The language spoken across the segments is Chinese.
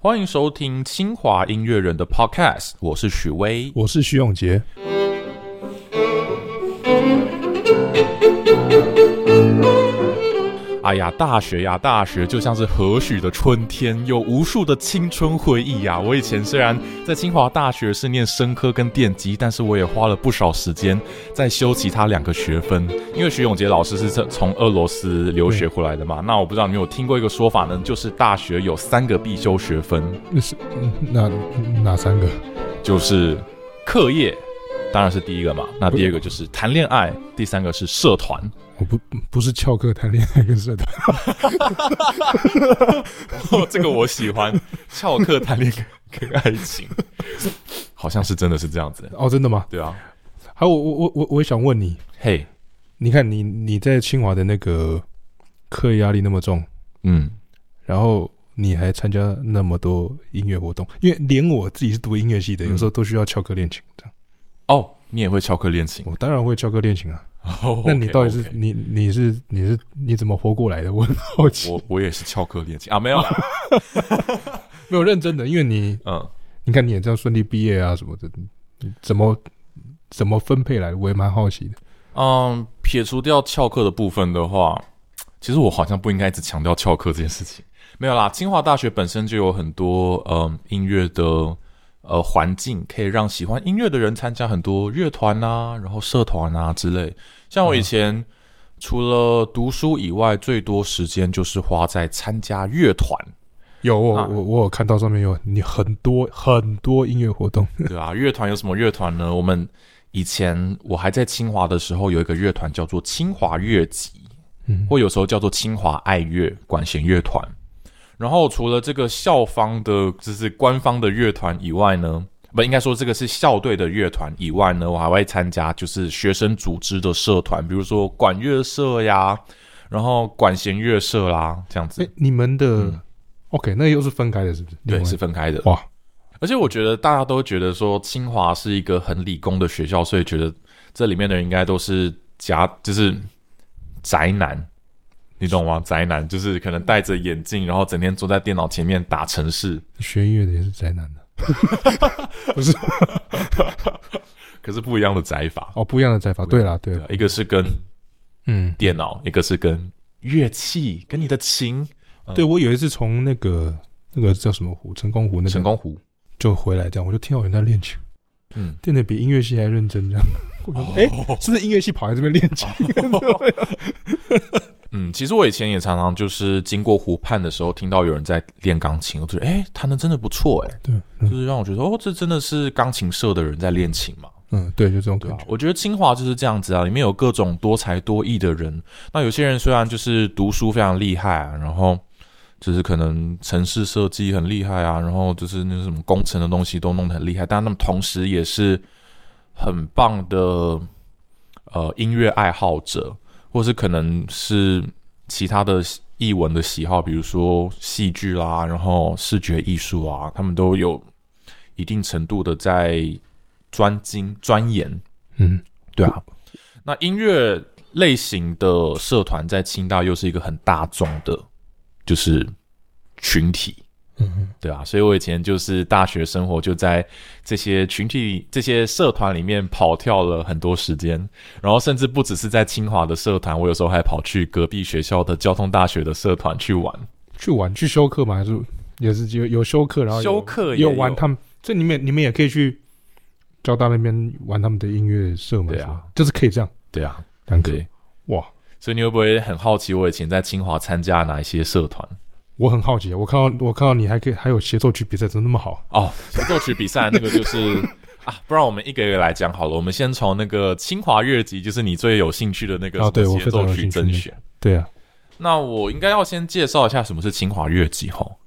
欢迎收听清华音乐人的 Podcast，我是许巍。我是徐永杰。哎呀，大学呀，大学就像是何许的春天，有无数的青春回忆呀。我以前虽然在清华大学是念生科跟电机，但是我也花了不少时间在修其他两个学分。因为徐永杰老师是这从俄罗斯留学回来的嘛，那我不知道你有没有听过一个说法呢，就是大学有三个必修学分，是哪哪三个？就是课业，当然是第一个嘛，那第二个就是谈恋爱，第三个是社团。我不不是翘课谈恋爱跟社团，哦， 这个我喜欢，翘课谈恋爱跟爱情，好像是真的是这样子。哦，真的吗？对啊，还有，我我我我也想问你，嘿、你看你你在清华的那个课业压力那么重，嗯，然后你还参加那么多音乐活动，因为连我自己是读音乐系的，嗯有时候都需要翘课练琴。这样，哦，你也会翘课练琴？我当然会翘课练琴啊。哦那你 OK，到底是 OK 你你是你是你怎么活过来的？我很好奇。我我也是翘课练琴啊？没有啦， 没有认真的，因为你嗯，你看你也这样顺利毕业啊什么的，你怎么怎么分配来的？我也蛮好奇的。嗯，撇除掉翘课的部分的话，其实我好像不应该只强调翘课这件事情。没有啦，清华大学本身就有很多嗯音乐的呃环境，可以让喜欢音乐的人参加很多乐团啊，然后社团啊之类。像我以前、除了读书以外，最多时间就是花在参加乐团，有我、啊我我有看到上面有你很多很多音乐活动，对啊，乐团有什么乐团呢？我们以前我还在清华的时候，有一个乐团叫做清华乐集，嗯或有时候叫做清华爱乐管弦乐团。然后除了这个校方的，就是官方的乐团以外呢，不应该说这个是校队的乐团以外呢，我还会参加就是学生组织的社团，比如说管乐社呀，然后管弦乐社啦，这样哎、子。你们的、嗯 OK，那又是分开的，是不是？另对，外是分开的。哇，而且我觉得大家都觉得说清华是一个很理工的学校，所以觉得这里面的人应该都是夹，就是宅男，你懂吗？宅男就是可能戴着眼镜，然后整天坐在电脑前面打程式。学音乐的也是宅男的，不是 可是不一样的宅法，哦，不一样的宅法。对啦，对对啦啊，一个是跟嗯，电脑，一个是跟乐器，跟你的琴。对我有一次从那个那个叫什么湖，成功湖那成边功湖，就回来，这样我就听到有人在练琴，嗯，练的比音乐系还认真，这样。我就哎、是不是音乐系跑来这边练琴？哦嗯，其实我以前也常常就是经过湖畔的时候，听到有人在练钢琴，我就觉得哎、诶弹的真的不错哎、诶 对，嗯就是让我觉得哦，这真的是钢琴社的人在练琴嘛。嗯，对，就这种对感啊觉。，我觉得清华就是这样子啊，里面有各种多才多艺的人。那有些人虽然就是读书非常厉害啊，然后就是可能城市设计很厉害啊，然后就是那什么工程的东西都弄得很厉害，但他们同时也是很棒的呃音乐爱好者，或是可能是其他的艺文的喜好，比如说戏剧啦，然后视觉艺术啊，他们都有一定程度的在专精钻研。嗯，对啊，那音乐类型的社团在清大又是一个很大众的，就是群体。嗯嗯。对啊，所以我以前就是大学生活就在这些群体、这些社团里面跑跳了很多时间，然后甚至不只是在清华的社团，我有时候还跑去隔壁学校的交通大学的社团去玩。去玩去修课吗？还是也是有有修课，然后有修课也也有玩有他们这里面你们也可以去交大那边玩他们的音乐社嘛？对啊是吧，就是可以这样对啊，两个对，哇，所以你会不会很好奇我以前在清华参加哪一些社团？我很好奇，我看到我看到你还可以还有协奏曲比赛，怎么那么好？哦，协奏曲比赛那个就是 啊，不然我们一个一个来讲好了。我们先从那个清华乐集，就是你最有兴趣的那个啊什对么我协非常奏有曲兴趣甄那选。对啊，那我应该要先介绍一下什么是清华乐集吼。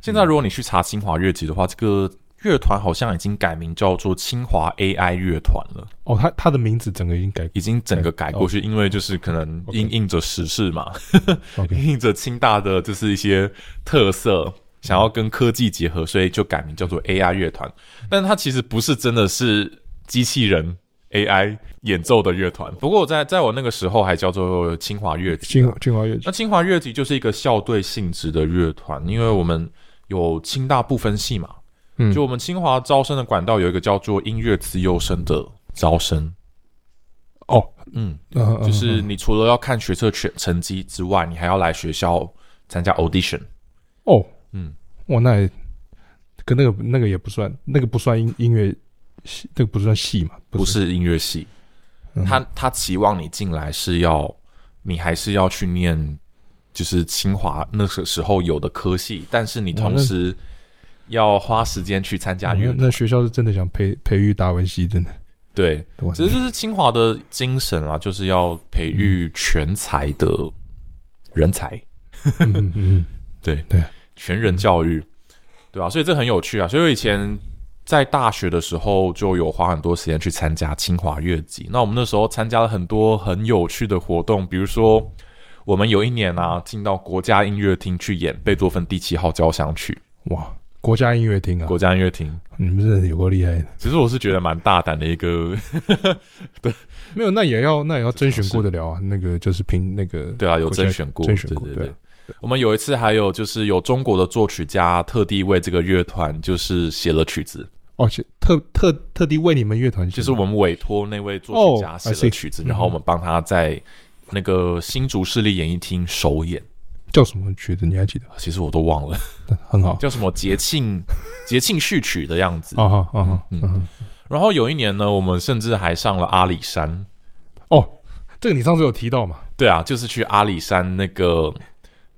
现在如果你去查清华乐集的话，这个乐团好像已经改名叫做清华 AI 乐团了，哦，他他的名字整个已经改已经整个改过去，因为就是可能哎哦 OK 因应着时事嘛， ，OK，因应着清大的就是一些特色，想要跟科技结合，所以就改名叫做 AI 乐团。但它其实不是真的是机器人 AI 演奏的乐团。不过我在在我那个时候还叫做清华乐集。清清华乐曲那清华乐集就是一个校队性质的乐团，因为我们有清大不分系嘛，嗯，就我们清华招生的管道有一个叫做音乐自优生的招生。哦，嗯，嗯就是嗯你除了要看学测成成绩之外，你还要来学校参加 audition。哦，嗯，哇，那也跟那个那个也不算，那个不算音音乐系，那个不算戏嘛，不是是音乐系，嗯他他期望你进来是要，你还是要去念，就是清华那个时候有的科系，但是你哇同那时要花时间去参加嗯乐那团。那学校是真的想培培育达文西，真的，对，对吧其实这是清华的精神啊，就是要培育全才的人才，嗯嗯嗯，对对，全人教育，对吧、所以这很有趣啊。所以我以前在大学的时候就有花很多时间去参加清华乐集。那我们那时候参加了很多很有趣的活动，比如说我们有一年啊进到国家音乐厅去演贝多芬第七号交响曲，哇，国家音乐厅啊，国家音乐厅。你们真的有够厉害的，其实我是觉得蛮大胆的一个，没有，那也要那也要甄选是过得了啊，那个就是凭那个对啊，有国家甄选过， 甄选过对对对对。我们有一次还有就是有中国的作曲家特地为这个乐团就是写了曲子，哦，是特特特地为你们乐团就写的，是我们委托那位作曲家哦写 I see 了曲子，然后我们帮他在那个新竹市立演艺厅首演。叫什么曲子，你还记得？其实我都忘了 很好，叫什么节 庆节庆序曲的样子。啊哈啊哈，嗯嗯哼，然后有一年呢，我们甚至还上了阿里山。哦，这个你上次有提到嘛？对啊，就是去阿里山那个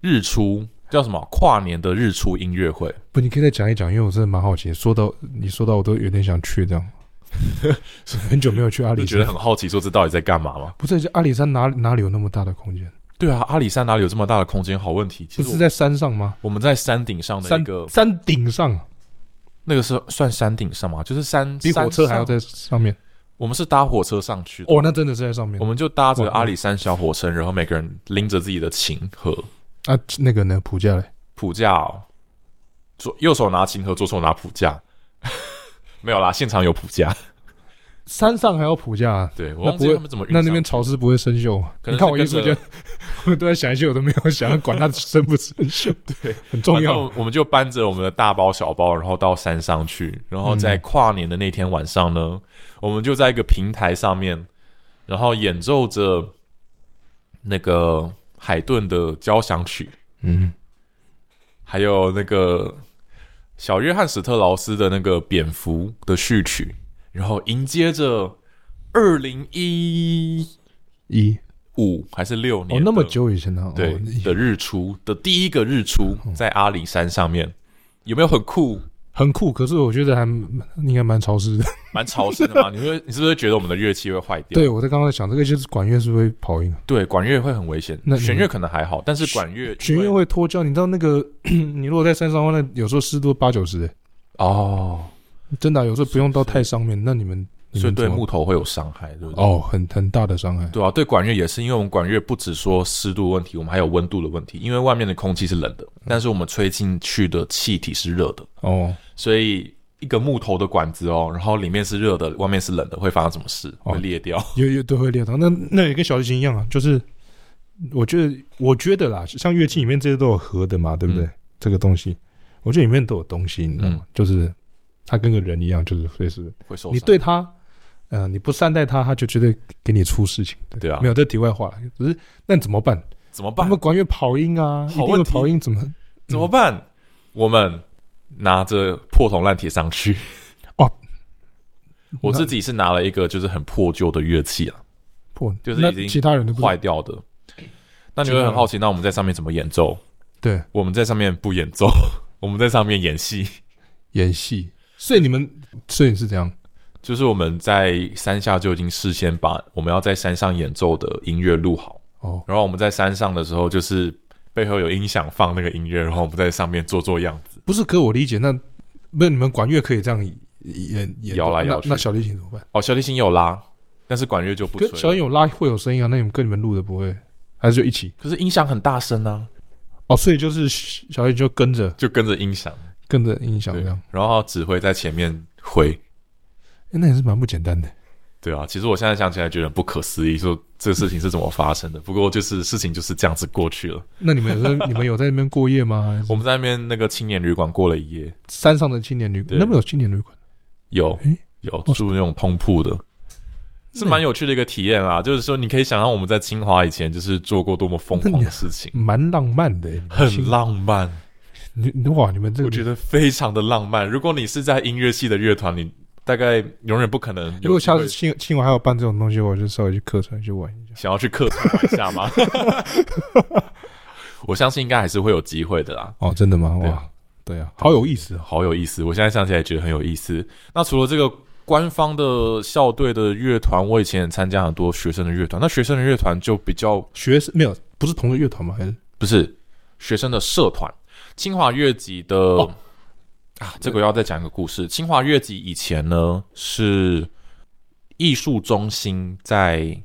日出叫什么跨年的日出音乐会。不，你可以再讲一讲，因为我真的蛮好奇。说到你说到，我都有点想去 这样。很久没有去阿就里觉得山，很好奇，说这到底在干嘛吗？不是阿里山哪哪里有那么大的空间？对啊，阿里山哪里有这么大的空间？好问题。不其实是我在山上吗？我们在山顶上的山一个，山顶上，那个是算山顶上吗？就是山比火车还要。山上在上面。我们是搭火车上去的，哦，那真的是在上面我。们就搭着阿里山小火车，然后每个人拎着自己的琴盒，啊，那个呢，普架嘞？谱架、哦，左右手拿琴盒，左手拿谱架。 没有啦，现场有谱架。山上还要普架、啊，对，我那忘记不会他们怎么运那那边上潮湿不会生锈吗？可能你是看我一瞬跟间着， 我都在想一些我都没有想，管它生不生锈， 对，很重反正要。我我们就搬着我们的大包小包，然后到山上去，然后在跨年的那天晚上呢，我们就在一个平台上面，然后演奏着那个海顿的交响曲，嗯，还有那个小约翰史特劳斯的那个蝙蝠的序曲，然后迎接着二零一一五还是六年哦，那么的久以前的、啊、对哦、的日出的第一个日出嗯在阿里山上面，有没有很酷？很酷，可是我觉得还应该蛮潮湿的。蛮潮湿的 嘛？你会你是不是觉得我们的乐器会坏掉？对，我在刚刚在想，这个就是管乐是不是会跑音啊？对，管乐会很危险那，你弦乐可能还好，但是管乐弦乐会脱胶，你知道那个 你如果在山上的话，那有时候湿度八九十，欸哦，真的啊、有时候不用到是太上面。那你们你所以们对怎么木头会有伤害，对不对？哦，很很大的伤害。对啊，对管乐也是，因为我们管乐不只说湿度问题，我们还有温度的问题，因为外面的空气是冷的，但是我们吹进去的气体是热的，哦所以。一个木头的管子哦，然后里面是热的，外面是冷的，会发生什么事？哦会裂掉。有有都会裂到。那那也跟小提琴一样啊，就是我觉得我觉得啦，像乐器里面这些都有合的嘛，对不对？嗯这个东西，我觉得里面都有东西，你知道吗？就是它跟个人一样，就是随时会受伤。你对他，嗯、你不善待他，他就绝对给你出事情。对啊没有这题外话了，只是那你怎么办？怎么他办们？管乐跑音啊，一好定问会题跑音怎么？怎么办？我们拿着破铜烂铁上去。哦，我自己是拿了一个就是很破旧的乐器啊，破，就是那已经其他人都不坏掉的。那你会很好奇，那我们在上面怎么演奏？对我们在上面不演奏，我们在上面演戏。演戏，所以你们摄影是这样就是我们在山下就已经事先把我们要在山上演奏的音乐录好，哦，然后我们在山上的时候，就是背后有音响放那个音乐，然后我们在上面做做样子。不是？可我理解，那不是你们管乐可以这样演演摇来那摇去那小提琴怎么办？哦，小提琴有拉，但是管乐就不可吹小了。提琴有拉会有声音啊，那你们跟你们录的不会，还是就一起？可是音响很大声啊，哦，所以就是小提琴就跟着就跟着音响。跟着音响对这样，然后指挥在前面挥，诶那也是蛮不简单的。对啊，其实我现在想起来觉得很不可思议，说这个事情是怎么发生的。不过就是事情就是这样子过去了。那你们有 在你们有在那边过夜吗？还是我们在那边那个青年旅馆过了一夜，山上的青年旅馆，对那边有青年旅馆，有诶有住那种通铺的，是蛮有趣的一个体验啦。就是说，你可以想象我们在清华以前就是做过多么疯狂的事情，蛮浪漫的、欸，很浪漫，你你哇，你们这个我觉得非常的浪漫。如果你是在音乐系的乐团，你大概永远不可能有机会。如果下次清清华还有办这种东西，我就稍微去客串去玩一下。想要去客串玩一下 吗？我相信应该还是会有机会的啦。哦，真的吗？对哇，对啊，好有意思哦。好有意思，我现在想起来觉得很有意思。那除了这个官方的校队的乐团，我以前也参加很多学生的乐团，那学生的乐团就比较学生没有，不是同一个乐团吗？还是不是学生的社团，清华乐集的、哦啊，这个我要再讲一个故事。清华乐集以前呢是艺术中心在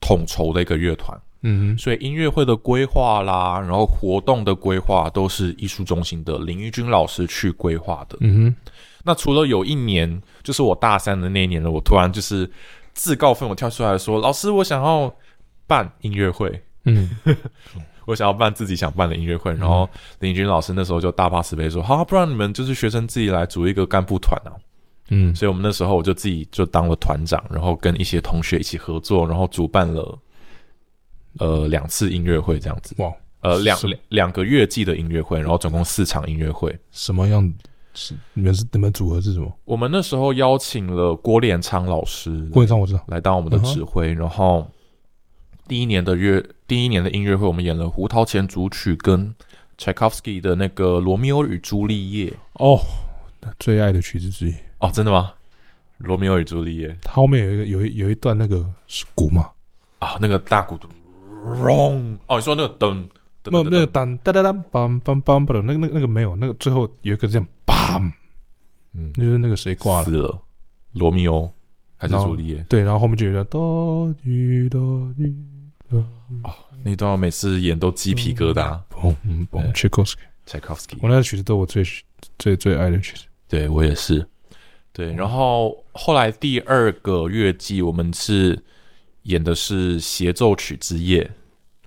统筹的一个乐团。嗯所以音乐会的规划啦，然后活动的规划都是艺术中心的林玉君老师去规划的。嗯那除了有一年，就是我大三的那一年呢，我突然就是自告奋勇跳出来说：“老师，我想要办音乐会，哼嗯，我想要办自己想办的音乐会。”然后林玉君老师那时候就大发慈悲说：“好啊，不然你们就是学生自己来组一个干部团啊。”嗯所以我们那时候我就自己就当了团长，然后跟一些同学一起合作，然后主办了呃两次音乐会这样子。哇，呃，两是两两个月季的音乐会，然后总共四场音乐会。什么样是你们是你们组合是什么？我们那时候邀请了郭连昌老师郭文昌我知道，来当我们的指挥，然后第一年的乐第一年的音乐会，我们演了胡桃钳组曲跟柴可夫斯基的那个《罗密欧与朱丽叶》。哦，最爱的曲子之一。哦，真的吗？《罗密欧与朱丽叶》他后面有一个有一有一段那个是鼓嘛，啊，那个大鼓的咚，哦，你说那个噔噔没有噔那个噔，当哒哒当梆梆梆梆的，那个那个那个没有，那个最后有一个这样梆，嗯，就是那个谁挂了死，了，罗密欧还是然后朱丽叶？对，然后后面就有一个哆滴哆滴，那段我每次演都鸡皮疙瘩。嘣嗯对嘣 c h i k o s k 柴可夫斯基我，那个曲子都我最最最爱的曲子，对我也是。嗯对，然后后来第二个月季，我们是演的是协奏曲之夜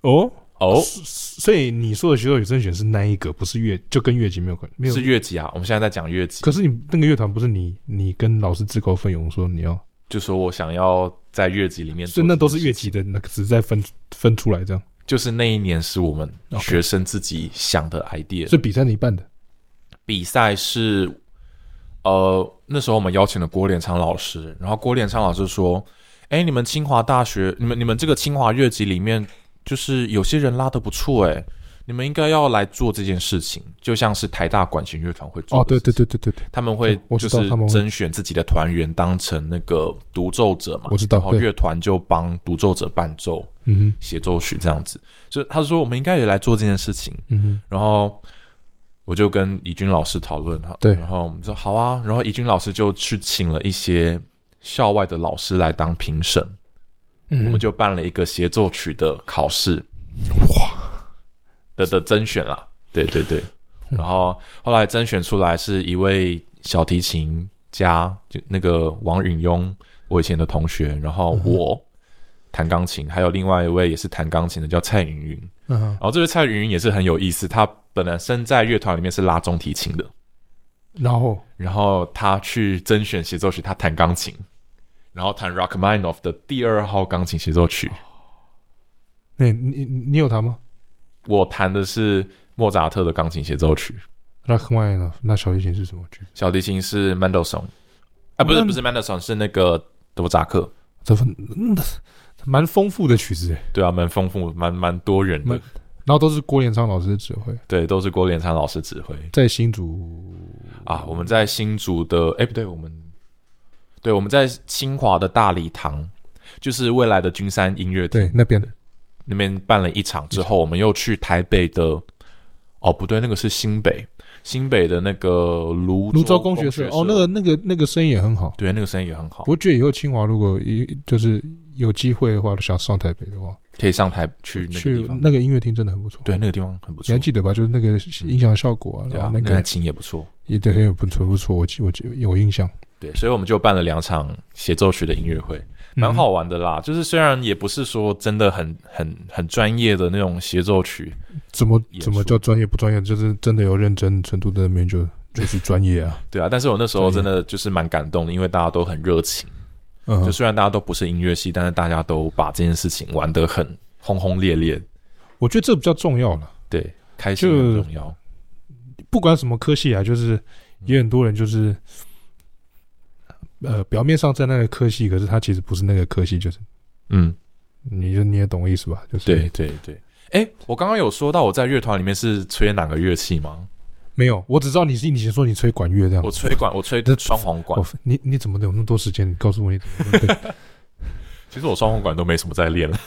哦。哦，所所以你说的学奏与甄选是那一个，不是乐，就跟乐集没有关，没有是。乐季啊。我们现在在讲乐季，可是你那个乐团不是你，你跟老师自告奋勇说你要，就说我想要在乐季里面做这件所事情，以那都是乐集的，那个只是在分分出来这样。就是那一年是我们 OK 学生自己想的 idea。所以比赛你办的，比赛是，呃，那时候我们邀请了郭连昌老师，然后郭连昌老师说：“哎、你们清华大学，你们你们这个清华乐集里面，就是有些人拉的不错，哎，你们应该要来做这件事情，就像是台大管弦乐团会做哦，的对对事情，对对对对，他们会对我就知道是他们会甄选自己的团员当成那个独奏者嘛，我知道然后对乐团就帮独奏者伴奏嗯协奏曲这样子，所以他说我们应该也来做这件事情，哼，嗯哼，然后我就跟怡君老师讨论哈，对然后我们说好啊，然后怡君老师就去请了一些校外的老师来当评审，嗯我们就就办了一个协奏曲的考试，哇的的甄选啦，对对对，然后后来甄选出来是一位小提琴家，就那个王允庸，我以前的同学，然后我。弹钢琴，还有另外一位也是弹钢琴的，叫蔡云云。嗯哼然后这位蔡云云也是很有意思，她本来身在乐团里面是拉中提琴的，然后然后她去甄选协奏曲，她弹钢琴，然后弹 Rachmaninoff 的第二号钢琴协奏曲，那你你你有弹吗？我弹的是莫扎特的钢琴协奏曲，那很晚了，那小提琴是什么曲？小提琴是 Mendelssohn，啊，不是那不是 Mendelssohn，是那个德扎克。这份嗯蛮丰富的曲子诶，对啊，蛮丰富，蛮蛮多人的蛮，然后都是郭连昌老师的指挥，对，都是郭连昌老师指挥在新竹啊。我们在新竹的，哎，不对，我们，对，我们在清华的大礼堂，就是未来的君山音乐厅对那边的那边办了一场之后，我们又去台北的，哦，不对，那个是新北，新北的那个泸泸州工工学社哦，那个那个那个声音也很好。对，那个生意也很好，我觉得以后清华如果一就是有机会的话，想上台北的话，可以上台去那个地去方，那个音乐厅真的很不错。，对，那个地方很不你错还，记得吧？就是那个音响效果啊，对然后啊，那那个个琴也不错，也对，也不错不错。我记我记有印象。对，所以我们就办了两场协奏曲的音乐会，嗯蛮好玩的啦。就是虽然也不是说真的很很很专业的那种协奏曲，怎么演出怎么叫专业不专业？就是真的有认真程度的面就就是专业 啊。对啊，但是我那时候真的就是蛮感动的，因为大家都很热情。嗯就，虽然大家都不是音乐系，但是大家都把这件事情玩得很轰轰烈烈，我觉得这比较重要了。对，开心很重要。不管什么科系啊，就是也很多人就是，呃，表面上在那个科系，可是他其实不是那个科系，就是嗯，你就你也懂我意思吧？就是对，对对。哎、我刚刚有说到我在乐团里面是吹哪个乐器吗？没有，我只知道你是你说你吹管乐这样我。吹 管，我吹那双簧管哦。，你你怎么有那么多时间？你告诉我你怎么对其实我双簧管都没什么在练了。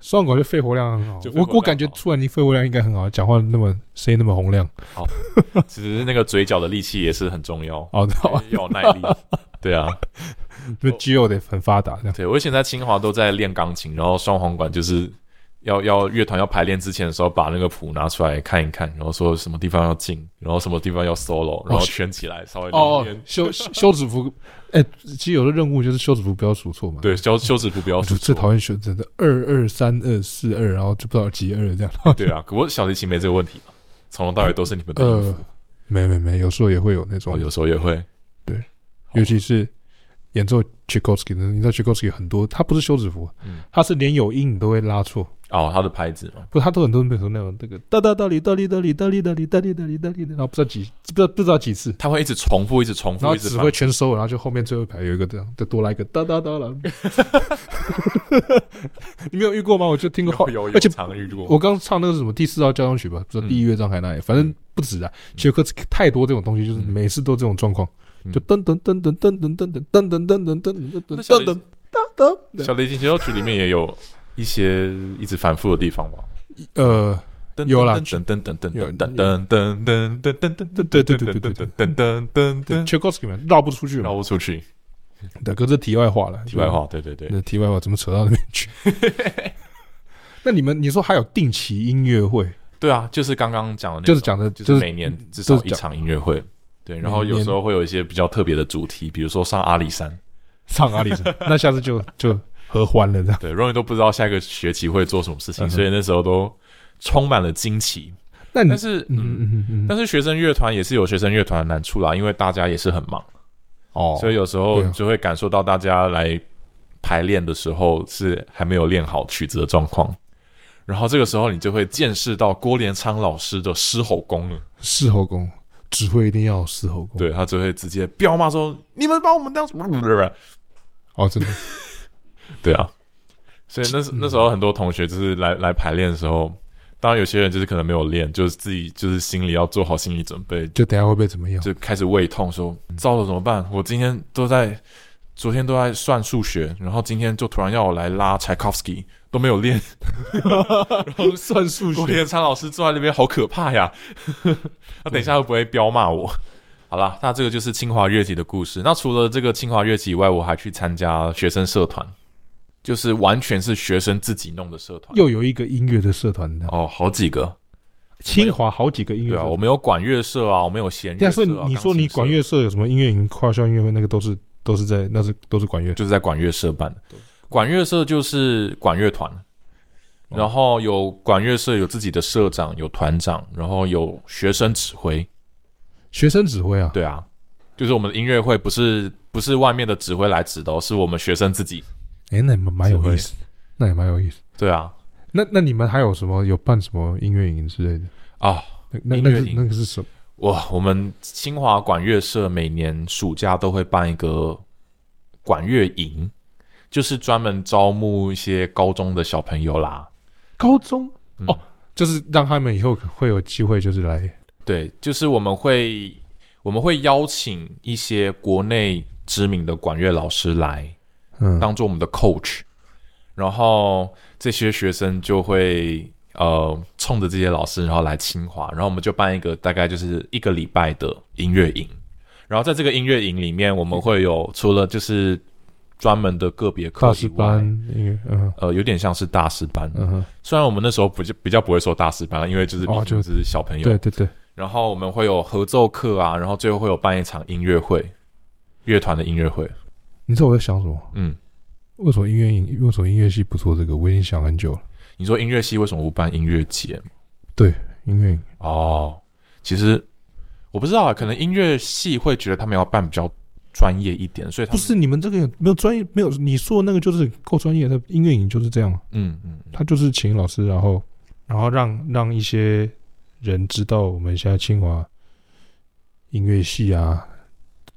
双管就肺活量很好就。肺活我量我感觉好突然你肺活量应该很好，讲话那么声音那么 洪亮。其实那个嘴角的力气也是很重 要，哦，好吧，要有耐力。对啊，就肌肉得很发达这样。对我以前在清华都在练钢琴，然后双簧管就是要要乐团要排练之前的时候，把那个谱拿出来看一看，然后说什么地方要进，然后什么地方要 solo，然后圈起来稍微哦练。，休休止符，哎，其实有的任务就是休止符不要数错嘛。对，休休止符不要我哦就数最错。讨厌选择的二二三二四二，然后就不知道几二这样。对啊，可我小提琴没这个问题嘛，从头到尾都是你们的音符。呃，没没没，有时候也会有那我种，哦有时候也会，尤其是演奏 Tchaikovsky 的，你知道 Tchaikovsky 很多，他不是休止符，嗯，他是连有音你都会拉错，哦，他的拍子嘛，不，他都很多那种那种那个哒哒哒哩哒哩哒哩哒哩哒哩哒哩哒哩哒哩，然后不知道几不知道不知道几次。他会一直重复，一直重然复，后一直指反挥全收了，然后就后面最后一排有一个这样，再多来一个哒哒哒了。你没有遇过吗？我就听过好，有有有 而且常遇过。我刚唱那个是什么第四号交响曲吧，不知道嗯第一乐章还哪里，反正不止啊。切克斯太多这种东西，就是嗯每次都这种状况，嗯就噔噔噔噔噔噔噔噔噔噔噔噔噔噔那噔小噔提噔噔噔，小提琴协奏曲里面也有一些一直反复的地方嘛。呃，有啦噔噔噔噔有噔噔噔噔噔噔噔噔对对对对对对噔噔噔噔对，噔，切克斯里面绕不出去绕嘛。不出去。对，可是题外话了，题外话，对对对对，，那题外话怎么扯到那边去？那你们你说还有定期音乐会，对啊，就是刚刚讲的那种，就是讲的就是就是 每年至少就是一讲场音乐会。对，然后每有年时候会有一些比较特别的主题，比如说上阿里山。上阿里 山，那下次就就合欢了这样。对，永远都不知道下个学期会做什么事情，嗯哼所以那时候都充满了惊奇。那你但是，嗯嗯，嗯嗯嗯嗯，但是学生乐团也是有学生乐团的难处啦，因为大家也是很忙。哦所以有时候对啊就会感受到大家来排练的时候是还没有练好曲子的状况，然后这个时候你就会见识到郭连昌老师的狮吼功了，狮吼功指挥一定要有狮吼功。对他就会直接彪骂说：“你们把我们当什么？”哦，真的， 对啊，所以那时那时候很多同学就是来来排练的时候，当然有些人就是可能没有练，就是自己就是心里要做好心理准备，就等一下会被怎么样？就开始胃痛，说糟了怎么办？我今天都在，昨天都在算数学，然后今天就突然要我来拉柴可夫斯基，都没有练。 算数昨。天苍老师坐在那边好可怕呀！ 那等一下会不会彪骂我？好啦，那这个就是清华乐集的故事。那除了这个清华乐集以外，我还去参加学生社团，就是完全是学生自己弄的社团。又有一个音乐的社团的，哦，好几个，清华好几个音乐对社啊，团。我们有管乐社啊，我们有弦但乐社、是啊。你钢说你琴社管乐社有什么音乐营、跨校音乐会，那个都是都是在那是都是管乐。就是在管乐社办的。管乐社就是管乐团，哦然后有管乐社有自己的社长，有团长，然后有学生指挥。学生指挥啊，对啊，就是我们的音乐会不是不是外面的指挥来指的、哦，是我们学生自己。哎，那你们蛮有意思，那也蛮有意思。对啊，那那你们还有什么有办什么音乐营之类的？啊，那那音那乐个营那个是什么？哇，我们清华管乐社每年暑假都会办一个管乐营，就是专门招募一些高中的小朋友啦。高中嗯哦，就是让他们以后会有机会，就是来对，就是我们会我们会邀请一些国内知名的管乐老师来嗯当做我们的 coach，然后这些学生就会呃冲着这些老师，然后来清华，然后我们就办一个大概就是一个礼拜的音乐营，然后在这个音乐营里面，我们会有除了就是专门的个别大课以师班外。音乐，嗯呃，有点像是大师班，嗯哼，虽然我们那时候不就比较不会说大师班了，因为就是哦就只是小朋友，对对对，然后我们会有合奏课啊，然后最后会有办一场音乐会。乐团的音乐会。你知道我在想什么？嗯，为什么音乐音为什么音乐系不做这个？我已经想很久了。你说音乐系为什么不办音乐节？音乐哦，其实我不知道，可能音乐系会觉得他们要办比较专业一点，所以他不们是你们这个有没有专业，没有你说的那个就是够专业的音乐营就是这样，嗯嗯嗯他就是请老师，然后然后让让一些人知道我们现在清华音乐系啊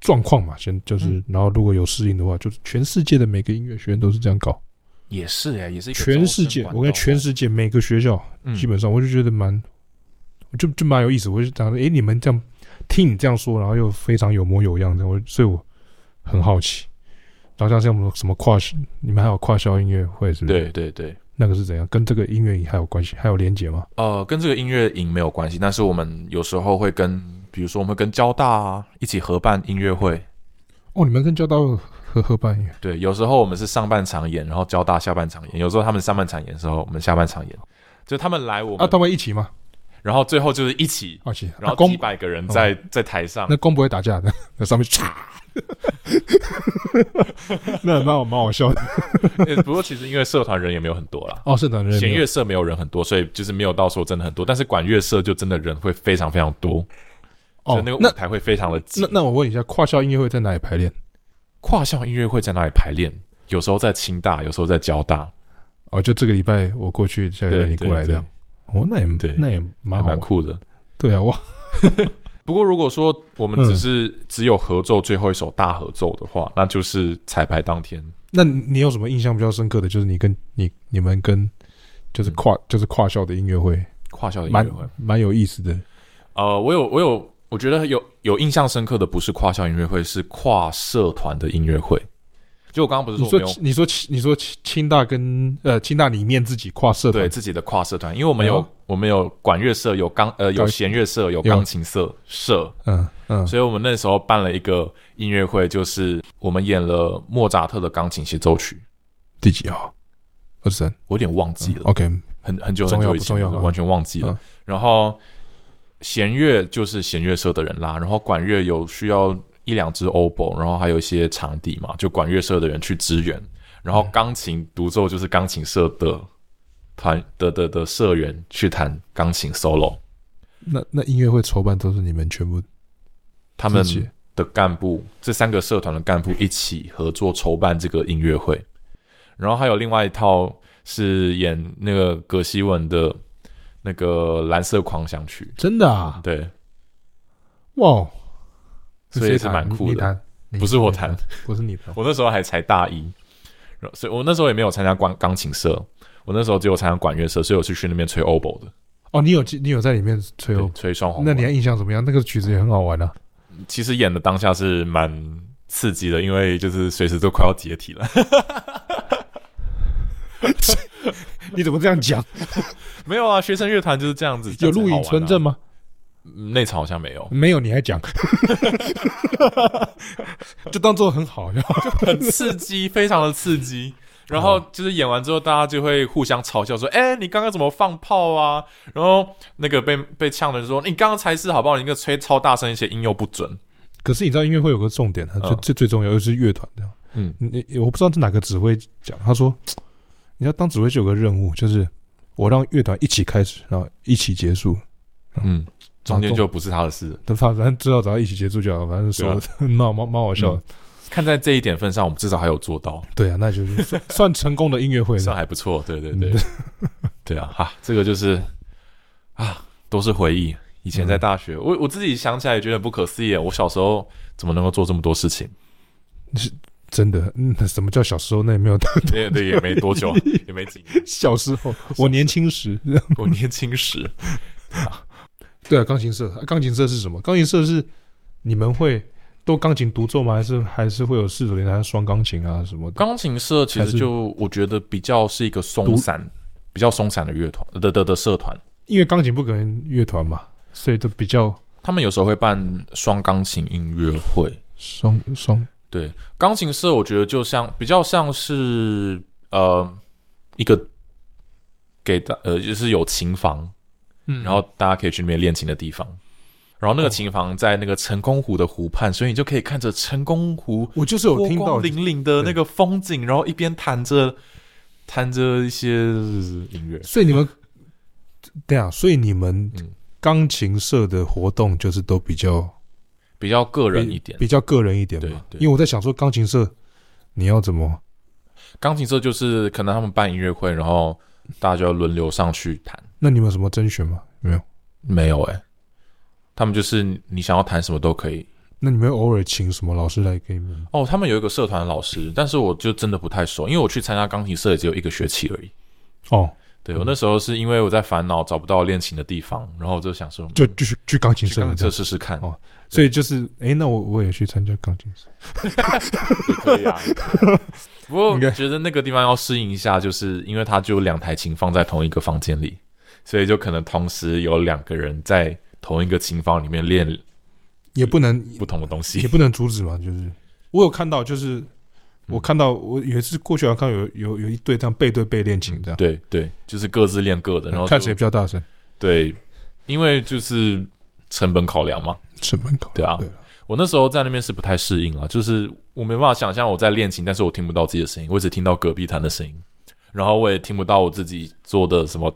状况嘛，先就是，嗯然后如果有适应的话，就是全世界的每个音乐学院都是这样搞，也是哎、也是一个全世界招生管道我跟全世界每个学校嗯基本上我就觉得蛮，我就就蛮有意思。我就想，诶，你们这样听你这样说，然后又非常有模有样的，我所以我很好奇。然后像像什么什么跨，你们还有跨校音乐会是不是？，嗯对对对，那个是怎样？跟这个音乐还有关系，还有连结吗？呃，跟这个音乐营没有关系，但是我们有时候会跟，比如说我们会跟交大啊一起合办音乐会。哦，你们跟交大合合办音乐，对，有时候我们是上半场演，然后交大下半场演；有时候他们上半场演的时候，我们下半场演。就他们来我们，啊，他们一起吗？然后最后就是一起，一起。然那后几公哦百个人在、 在台上。那公不会打架的，那上面 唰，那蛮好蛮好笑的。欸不过其实因为社团人也没有很多啦，哦，是的，人弦乐社没有人很多，所以就是没有到说真的很多。但是管乐社就真的人会非常非常多，所哦以，那个那舞台会非常的挤。那那我问一下，跨校音乐会在哪里排练？跨校音乐会在哪里排练？有时候在清大，有时候在交大，哦，就这个礼拜我过去，下个礼拜对你过来对这样。哦，那也对那也还蛮好蛮玩。酷的。对啊，哇，不过如果说我们嗯只是只有合奏最后一首大合奏的话，那就是彩排当天。那你你有什么印象比较深刻的？就是你跟你你们跟嗯就是跨、就是跨校的音乐会，跨校的音蛮乐会，蛮有意思的。呃，我有我有，我觉得有有印象深刻的不是跨校音乐会，是跨社团的音乐会。就我刚刚不是你说我说没有你说你说清清大跟呃清大里面自己跨社团对，自己的跨社团，因为我们有、哎呦我们有管乐社，有钢呃有钢弦乐社，有钢琴社社，嗯嗯，所以我们那时候办了一个音乐会，就是我们演了莫扎特的钢琴协奏曲，第几号？二十三。我有点忘记了， OK，很很久很重要久不以前重要了嗯完全忘记了。嗯然后弦乐就是弦乐社的人啦，然后管乐有需要一两支 oboe，然后还有一些场地嘛，就管乐社的人去支援。然嗯后钢琴独奏就是钢琴社的团的的的社员去弹钢琴 solo。那那音乐会筹办都是你们全部他们自己的干部，这三个社团的干部一起合作筹办这个音乐会，然后还有另外一套是演那个葛西文的那个《蓝色狂想曲真的啊？》，对，哇哦，所以谁是弹蛮你酷你的弹你不是我弹，不是你弹。我那时候还才大一，然后所以我那时候也没有参加管钢琴社，我那时候只有参加管乐社，所以我是去那边吹 oboe 的，哦，你有进你有在里面吹对哦？吹双簧那管。你还印象怎么样？那个曲子也很好玩啊。其实演的当下是蛮刺激的，因为就是随时都快要解体了。 你怎么这样讲？没有啊，学生乐团就是这样子。 有录影存证吗？吗？啊嗯那场好像没有。 没有，你还讲， 就当做很好。然后很刺激，非常的刺激。然后哦就是演完之后，大家就会互相嘲笑说：“哎、你刚刚怎么放炮啊？”然后那个被被呛的人说：“你刚刚才是好不好？你那个吹超大声，一些音又不准。可是你知道音乐会有个重点，啊它最嗯最最重要就是乐团这样。嗯你，你我不知道是哪个指挥讲，他说你要当指挥就有个任务，就是我让乐团一起开始，然后一起结束。”嗯，中间就不是他的事。但 反正知道只要一起结束就好，反正说的 蛮蛮蛮好笑的。看在这一点份上，我们至少还有做到，对啊，那就是算 算成功的音 乐会算了。还不错。对对对， 对啊，哈，这个就是啊，都是回忆。以前在大学，我我自己想起来也觉得不可思议。我小时候怎么能够做这么多事情？ 真的，嗯，什么叫小时候？那也没有 到对对，也没多久，也没几年，小时候，我年轻时。我年轻时。 对啊，钢琴社，钢琴社是什么？钢琴社是你们会都钢琴独奏吗？还是还是会有四手联弹、双钢琴啊什么的？钢琴社其还实是就我觉得比较是一个松散、比较松散的乐团的的的社团，因为钢琴不可能乐团嘛，所以都比较他们有时候会办双钢琴音乐会。双双对，钢琴社我觉得就像比较像是呃一个给大呃就是有琴房，嗯嗯然后大家可以去那边练琴的地方。然后那个琴房在那个成功湖的湖畔，所以你就可以看着成功湖我就是有波听到光粼粼的那个风景，然后一边弹着弹着一些音乐。所以你们，对啊，所以你们嗯钢琴社的活动就是都比较比较个人比一点。比较个人一点嘛。对对因为我在想说，钢琴社你要怎么？钢琴社就是可能他们办音乐会，然后大家就要轮流上去弹。那你们有什么甄选吗？没有。没有哎、他们就是你你想要弹什么都可以。那你们偶尔请什么老师来给你们？哦，他们有一个社团老师，但是我就真的不太熟，因为我去参加钢琴社也只有一个学期而已。哦，对我那时候是因为我在烦恼找不到练琴的地方，然后我就想说，嗯就就是去钢琴去社钢了琴这社样。试试看，哦所以就是，哎，那我我也去参加钢琴社。也可以啊。不过应该我觉得那个地方要适应一下，就是因为它就有两台琴放在同一个房间里，所以就可能同时有两个人在同一个琴房里面练也不能不同的东也西。不能阻止嘛，就是我有看到，就是嗯我看到我有一次过去好像看到有有有一对这样背对背练琴这样，嗯嗯对对，就是各自练各的，然后看就谁比较大声，对，因为就是成本考量嘛。成本高。对啊对我那时候在那边是不太适应了，啊就是我没办法想象我在练琴，但是我听不到自己的声音，我只听到隔壁弹的声音，然后我也听不到我自己做的什么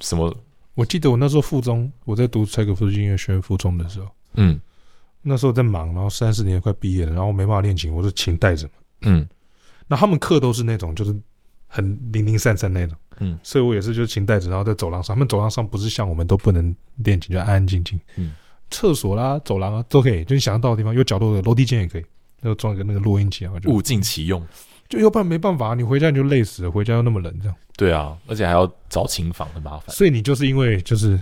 什么，我记得我那时候附中，我在读柴可夫斯基音乐学院附中的时候，嗯那时候在忙，然后三四年快毕业了，然后没办法练琴，我就琴带着嘛。嗯那他们课都是那种就是很零零散散那种，嗯，所以我也是就是琴带着，然后在走廊上，他们走廊上不是像我们都不能练琴，就安安静静，嗯，厕所啦、走廊啊都可以，就是想得到的地方，有角落的楼梯间也可以，就装一个那个录音机啊，就物尽其用，就要不然没办法，你回家你就累死了，回家又那么冷这样，对啊，而且还要找琴房，很麻烦，所以你就是因为就是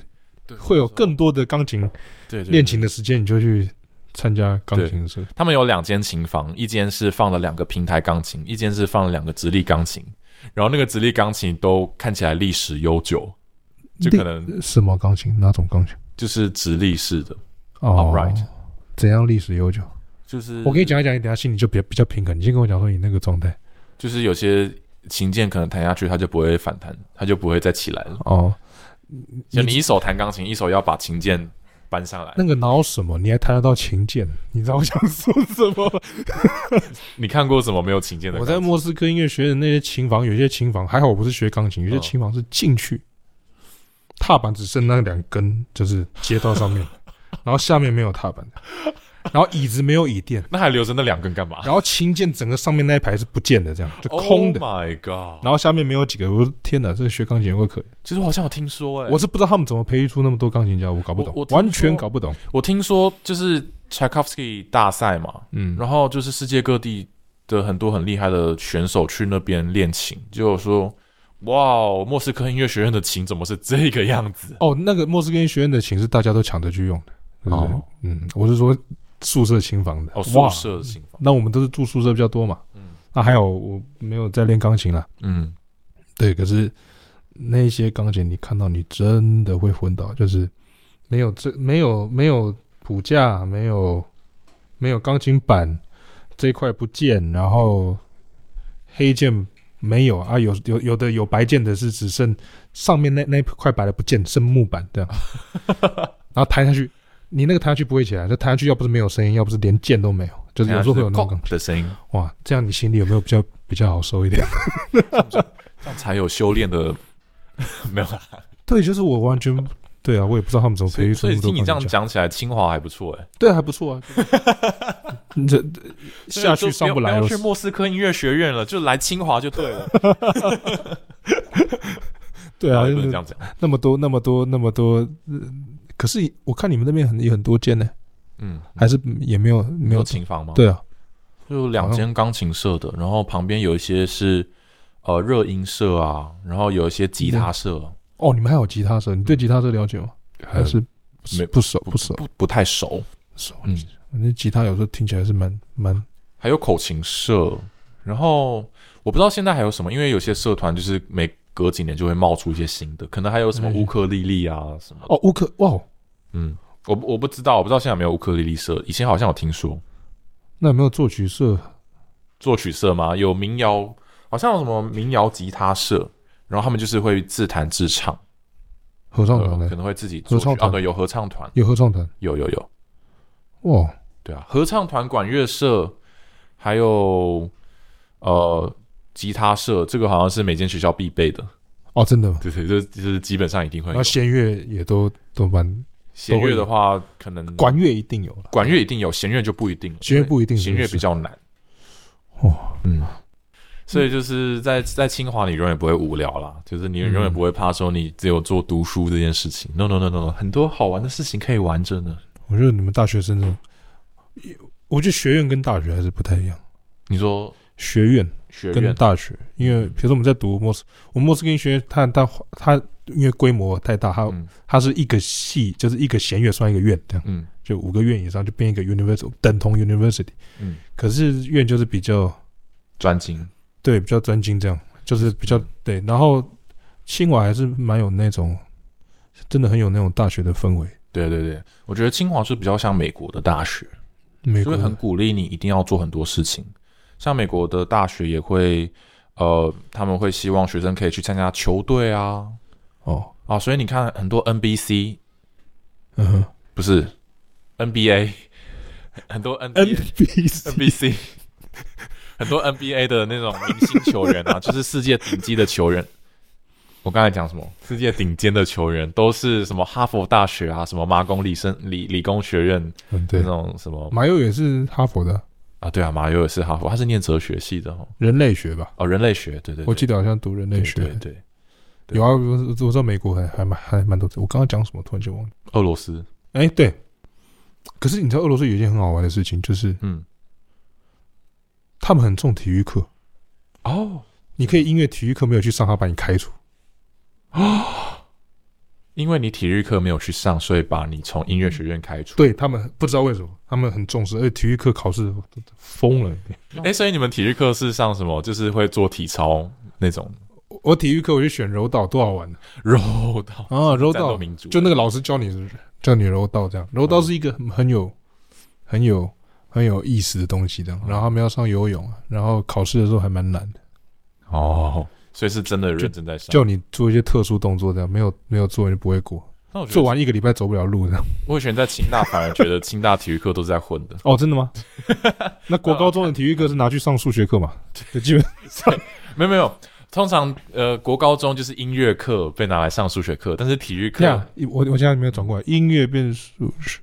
对会有更多的钢琴对练琴的时间，你就去参加钢琴社。他们有两间琴房，一间是放了两个平台钢琴，一间是放了两个直立钢琴，然后那个直立钢琴都看起来历史悠久，就可能什么钢琴？哪种钢琴？就是直立式的，哦 Upright 怎样历史悠久？就是我跟你讲一讲，你等一下心里就比较比较平衡。你先跟我讲说你那个状态就是有些琴键可能弹下去，它就不会反弹，它就不会再起来了。哦。就你一手弹钢琴，一手要把琴键搬上来。那个挠什么？你还谈得到琴键？你知道我想说什么 吗？你看过什么没有琴键的我钢琴？在莫斯科音乐学院那些琴房，有些琴房还好，我不是学钢琴，有些嗯琴房是进去，踏板只剩那两根，就是接到上面，然后下面没有踏板，然后椅子没有椅垫，那还留着那两根干嘛？然后琴键整个上面那一排是不见的，这样就空的。 Oh my god！然后下面没有几个，我说天哪，这个学钢琴会可以，其实我好像有听说、欸，我是不知道他们怎么培育出那么多钢琴家，我搞不懂我我，听完全说搞不懂。我听说就是 Tchaikovsky 大赛嘛，嗯，然后就是世界各地的很多很厉害的选手去那边练琴，就说哇，莫斯科音乐学院的琴怎么是这个样子？哦，那个莫斯科学院的琴是大家都抢着去用的，对不对哦嗯，我是说宿舍琴房的。哦，哇宿舍的琴房，那我们都是住宿舍比较多嘛。嗯那还有我没有在练钢琴啦，嗯，对，可是那些钢琴你看到你真的会昏倒，就是没有这没有没有谱架，没有没有钢琴板这一块不见，然后黑键没有啊，有有有的有白键的是只剩上面那那块白的不见，剩木板这样，然后弹下去，你那个弹下去不会起来，就弹下去要不是没有声音，要不是连键都没有，就是有时候会有那种等钢一下是 “klonk” 的声音。哇，这样你心里有没有比较比较好受一点？才有修炼的， 没有啦。对，就是我完全对啊，我也不知道他们怎么所培以，育所以出那听么你多这样钢琴家，讲起来，清华还不错哎、对，还不错 啊。这下去上不来啊要又去莫斯科音乐学院了，就来清华就对了。 对啊不，能这样讲。那么多那么多那么多，呃可是我看你们那边很有很多间呢，嗯，还是也没有没没有有琴房吗？，对啊，就两间钢琴社的，然后旁边有一些是呃热音社啊，然后有一些吉他社，哦，你们还有吉他社，你对吉他社了解吗？还是没不熟不熟不不太熟。不熟？嗯，反正吉他有时候听起来是蛮蛮还有口琴社，然后我不知道现在还有什么，因为有些社团就是每隔几年就会冒出一些新的，可能还有什么嗯乌克丽丽啊什么的。哦，乌克哇，嗯，我不我不知道，我不知道现在有没有乌克丽丽社，以前好像有听说那有没有作曲社？作曲社嘛，有民谣，好像有什么民谣吉他社，然后他们就是会自弹自唱，合唱团呃嘞可，能会自己作合唱曲啊，团对，有合唱团，有合唱团有有有，哇，哦对啊，合唱团、管乐社，还有呃吉他社，这个好像是每间学校必备的， 哦，真的吗，对对，这就是基本上一定会然有后。弦乐也都都蛮，弦都会乐的有话，可能管乐一定有了，管乐一定有，弦乐就不一定了，弦乐不一定弦乐嗯是不是哦比较难。哇，嗯，所以就是在在清华，你永远不会无聊啦，就是你嗯永远不会怕说你只有做读书这件事情。No No No No，no，很多好玩的事情可以玩着呢。我觉得你们大学生这种，我觉得学院跟大学还是不太一样，你说学院学跟院嗯大学，因为比如说我们在读莫斯，我们莫斯科音学院，它它它因为规模太大，它、嗯它是一个系，就是一个弦乐算一个院，这样嗯就五个院以上就变一个 university，等同 university。嗯，可是院就是比较专精对比较专精，这样就是比较嗯对。然后清华还是蛮有那种，真的很有那种大学的氛围。对对对，我觉得清华是比较像美国的大学，美就国会很鼓励你一定要做很多事情。像美国的大学也会，呃，他们会希望学生可以去参加球队啊哦，啊，所以你看很多 NBC 嗯哼不是 NBA，很多 NBA ，NBC NBC 很多 NBA 的那种明星球员 啊，就是世界顶级的球员。我刚才讲什么？世界顶尖的球员都是什么哈佛大学啊，什么麻工理生理理工学院那嗯对，种什么马友也是哈佛的啊？对啊，马友也是哈佛，他是念哲学系的哦，人类学吧？哦，人类学，对对对，我记得好像读人类对学。对对，对有啊，我我知道美国还还蛮还蛮多。我刚刚讲什么，突然就忘了。俄罗斯，哎，对，可是你知道俄罗斯有一件很好玩的事情，就是嗯，他们很重体育课。哦，你可以因为体育课没有去上，他把你开除。因为你体育课没有去上，所以把你从音乐学院开除。对他们不知道为什么，他们很重视，而且体育课考试我都疯了。哎、所以你们体育课是上什么？就是会做体操那种我我体育课我就选柔道，多好玩柔道、啊！柔战斗道民族，就那个老师教你教你柔道，这样柔道是一个很很有很有很有意思的东西，这样。然后他们要上游泳啊，然后考试的时候还蛮难的。哦，所以是真的认真在上。叫你做一些特殊动作，这样没有没有做你就不会过。那我觉得做，完一个礼拜走不了路，这样。我以前在清大反而觉得清大体育课都是在混的， 哦，真的吗？ 那国高中的体育课是拿去上数学课嘛？就 基本没有没有。通常，呃，国高中就是音乐课被拿来上数学课，但是体育课这样。我我现在没有转过来，音乐变数学，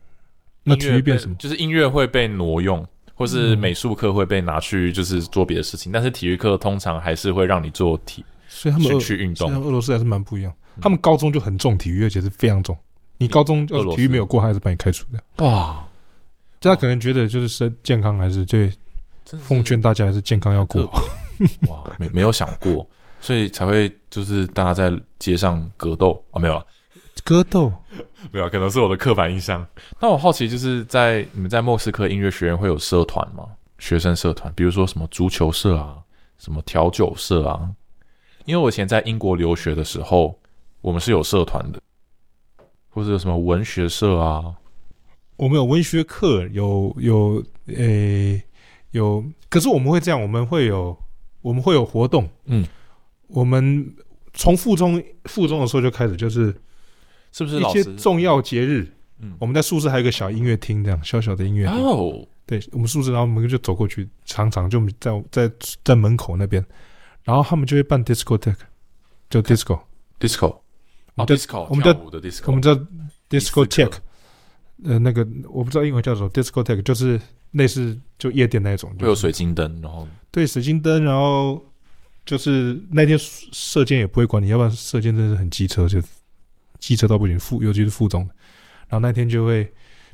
那音体乐育变被什么？就是音乐会被挪用，或是嗯美术课会被拿去就是做别的事情，但是体育课通常还是会让你做体所以他们去俄，去运所以动。他啊们俄罗斯还是嗯蛮不一样。他们高中就很重体育，而且是非常重。你高中俄要罗是斯体育没有过，他还是把你开除的。哇，这他可能觉得就是身健康还是最真的是奉劝大家还是健康要过特。哇，没没有想过，所以才会就是大家在街上格斗啊，没有啊，格斗没有啊，可能是我的刻板印象。那我好奇就是在你们在莫斯科音乐学院会有社团吗？学生社团，比如说什么足球社啊，什么调酒社啊。因为我以前在英国留学的时候，我们是有社团的，或者有什么文学社啊，我们有文学课，有有诶、有，可是我们会这样，我们会有我们会有活动，嗯，我们从附中附中的时候就开始，就是是不是一老些师重要节日，嗯我们在宿舍还有一个小音乐厅，这样小小的音乐厅，哦，对我们宿舍，然后我们就走过去，常常就在在在门口那边，然后他们就会办 discotheque，就 disco， disco 我啊们在，disco，我们在跳舞的 disco，我们叫第四个 discotheque，呃，那个我不知道英文叫什么，discotheque 就是类似就夜店那一种，会就有是水晶灯，然后对水晶灯，然后就是那天射箭也不会管你，要不然射箭真的是很机车，就机车到不行，附尤其是附中的，然后那天就会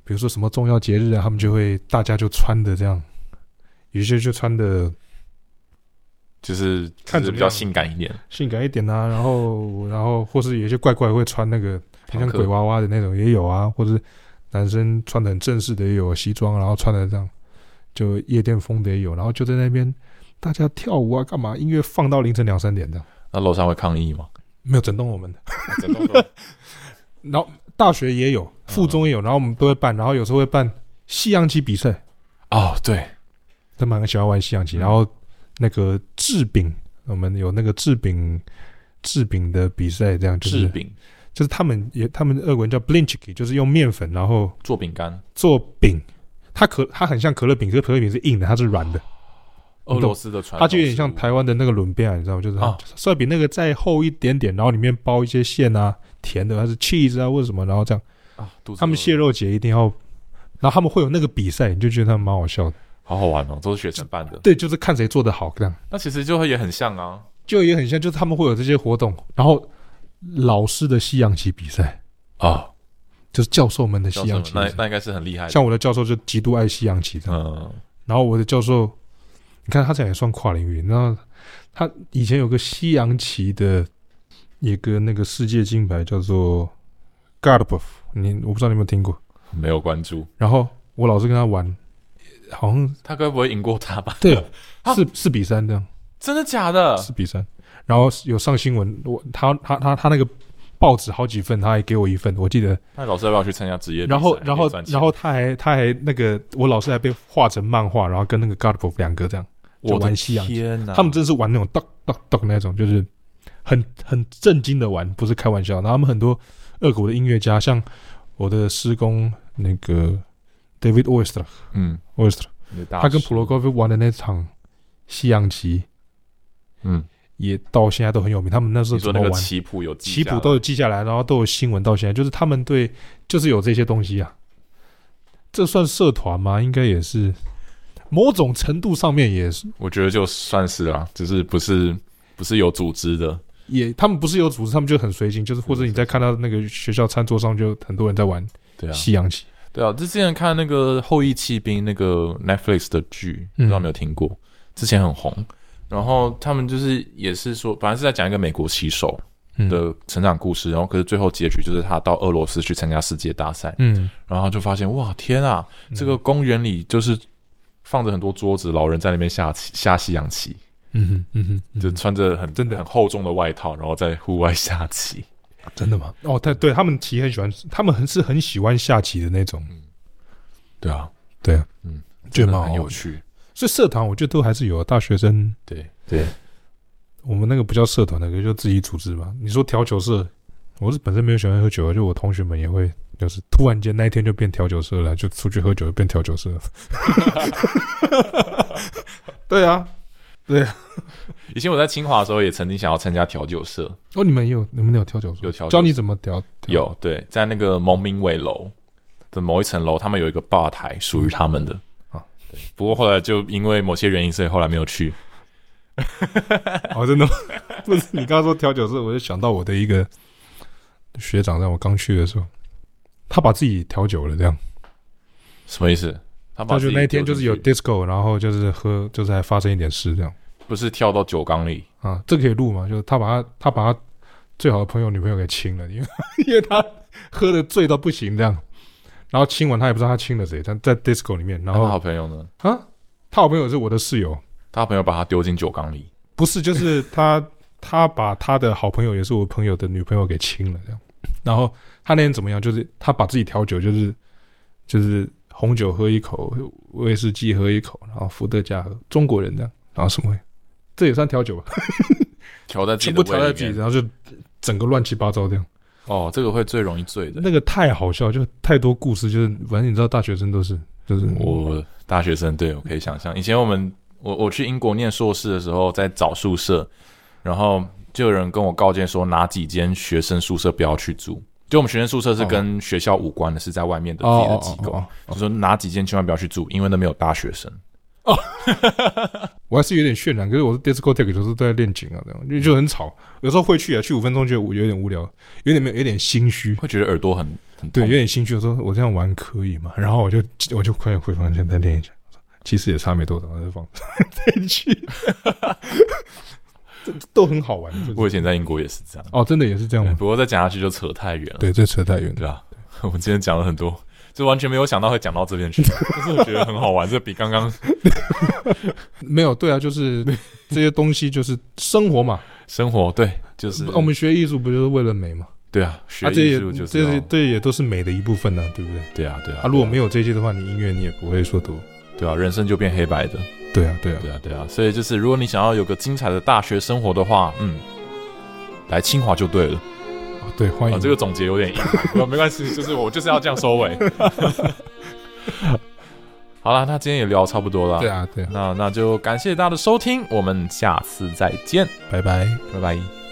比如说什么重要节日啊，他们就会大家就穿的这样，有些就穿的就是看就是怎么比较样性感一点，性感一点啊，然后然后或是有些怪怪会穿那个很像鬼娃娃的那种也有啊，或者是男生穿的很正式的也有西装，然后穿的这样就夜店风的也有，然后就在那边大家跳舞啊，干嘛？音乐放到凌晨两三点这样，那楼上会抗议吗？没有整动我们的。然后大学也有，附中也有，然后我们都会办，然后有时候会办西洋棋比赛， 哦，对，他们很喜欢玩西洋棋，嗯然后那个制饼，我们有那个制饼制饼的比赛，这样就是制饼就是他们也他们的俄文叫 blinchki，就是用面粉然后做饼干，做饼。它可它很像可乐饼，可是可乐饼是硬的，它是软的，俄罗斯的传它统就有点像食物台湾的那个轮边，你知道吗？就是它啊稍微比那个再厚一点点，然后里面包一些馅啊，甜的，还是 cheese 啊或者什么，然后这样。啊，肚子他们饿蟹肉节一定要，然后他们会有那个比赛，你就觉得他们蛮好笑的。好好玩哦，都是学生办的，对，就是看谁做的好，这样那其实就会也很像啊，就也很像，就是他们会有这些活动，然后老师的西洋棋比赛，啊，哦就是教授们的叫西什洋么棋？比那赛。那应该是很厉害的，像我的教授就极度爱西洋棋，这样。嗯，然后我的教授，你看他这样也算跨领域，然后他以前有个西洋棋的一个那个世界金牌叫做 Garbov，你我不知道你有没有听过。没有关注，然后我老是跟他玩，好像他该不会赢过他吧？ 对啊四四比三这样。真的假的？四比三，然后有上新闻，我他他他他那个报纸好几份，他还给我一份，我记得。那老师要不要去参加职业比赛？然后然后可以赚钱然后他还他还那个我老师还被画成漫画，然后跟那个 God of 两个这样，就我的玩西洋棋天哪，他们真是玩那种 duck duck duck 那种，就是很很震惊的玩，不是开玩笑。然后他们很多俄国的音乐家，像我的师公那个 David Oyster 嗯， Oyster，你的大他跟师普罗，戈菲玩的那场西洋棋嗯，也到现在都很有名。他们那时候你说怎那么个玩？棋谱有棋记下谱来都有记下来，然后都有新闻到现在，就是他们对，就是有这些东西啊。这算社团吗？应该也是，某种程度上面也是，我觉得就算是啦、只是不是不是有组织的，也他们不是有组织，他们就很随性，就是或者你在看到那个学校餐桌上就很多人在玩对啊，西洋棋，对啊。之前看那个《后羿弃兵》那个 Netflix 的剧，不嗯知道有没有听过，之前很红。然后他们就是也是说，反正是在讲一个美国棋手嗯，的成长故事，然后可是最后结局就是他到俄罗斯去参加世界大赛，嗯，然后就发现哇天啊，这个公园里就是放着很多桌子，老人在那边下棋下西洋棋，嗯哼，嗯哼嗯哼，就穿着很真的很厚重的外套，然后在户外下棋。真的吗？哦，他对他们棋很喜欢，他们很是很喜欢下棋的那种，嗯对啊，对啊，嗯，觉真的得蛮好很有玩的。趣。所以社团我觉得都还是有啊大学生对对，我们那个不叫社团，那个就自己组织嘛。你说调酒社，我是本身没有喜欢喝酒啊的，就我同学们也会，就是突然间那一天就变调酒社了，就出去喝酒就变 调酒社了。对啊，以前我在清华的时候也曾经想要参加调酒社，哦，你们也有你们有调酒社，有调酒教你怎么调，调有对，在那个蒙明伟楼的某一层楼，他们有一个吧台属于他们的啊对不过后来就因为某些原因，所以后来没有去。哦，真的吗 不是你刚刚说调酒社，我就想到我的一个学长，在我刚去的时候，他把自己调酒了，这样。什么意思？他把他就自己那一天丢就进是有去 disco，然后就是喝，就是还发生一点事这样。不是跳到酒缸里，啊，这可以录吗？就是他把他他把他最好的朋友女朋友给亲了，因为 因为他喝的醉到不行这样，然后亲完他也不知道他亲了谁，但在 disco 里面，然然后后好朋友呢？啊，他好朋友是我的室友，他好朋友把他丢进酒缸里，不是就是他他把他的好朋友也是我朋友的女朋友给亲了这样，然后他那天怎么样？就是他把自己调酒，就是就是红酒喝一口，威士忌喝一口，然后伏特加喝，中国人这样，然后什么，这也算调酒吧？调在自己全的部调胃在里自己，面。然后就整个乱七八糟这样。哦，这个会最容易醉的。那个太好笑，就太多故事，就是反正你知道，大学生都是就是我大学生，对我可以想象。以前我们我我去英国念硕士的时候，在找宿舍，然后就有人跟我告诫说，哪几间学生宿舍不要去住。就我们学生宿舍是跟学校无关的，是在外面的自己的机构。哦就说哪几间千万不要去住，因为那边有大学生。我还是有点渲染，可是我是 discotheque 就是都在练琴啊，这样就就很吵，有时候会去啊，去五分钟觉得我有点无聊，有点没有有点心虚，会觉得耳朵很很痛对，有。点心虚。我说我这样玩可以吗？然后我就我就快点回房间再练一下，其实也差没多少，我就放 再去， 这都很好玩。就是我以前在英国也是这样，哦，真的也是这样对吗？不过再讲下去就扯太远了。对，这扯太远了。对啊，我们今天讲了很多，就完全没有想到会讲到这边 去，但是我觉得很好玩，这比刚刚没有，对啊，就是这些东西就是生活嘛。生活对，就是我们学艺术不就是为了美嘛？对啊，学啊，这艺也术就是这要些这也都是美的一部分呢、对不对？对啊对啊啊，如果没有这些的话，你音乐你也不会说多。对啊，人生就变黑白的，对啊，对啊，对啊对啊，所以就是如果你想要有个精彩的大学生活的话，嗯，来清华就对了，哦对，欢啊，迎这个总结有点硬，不 没关系，就是我就是要这样收尾。 好啦，那今天也聊差不多了。对啊对啊，那那就感谢大家的收听，我们下次再见，拜拜。拜拜。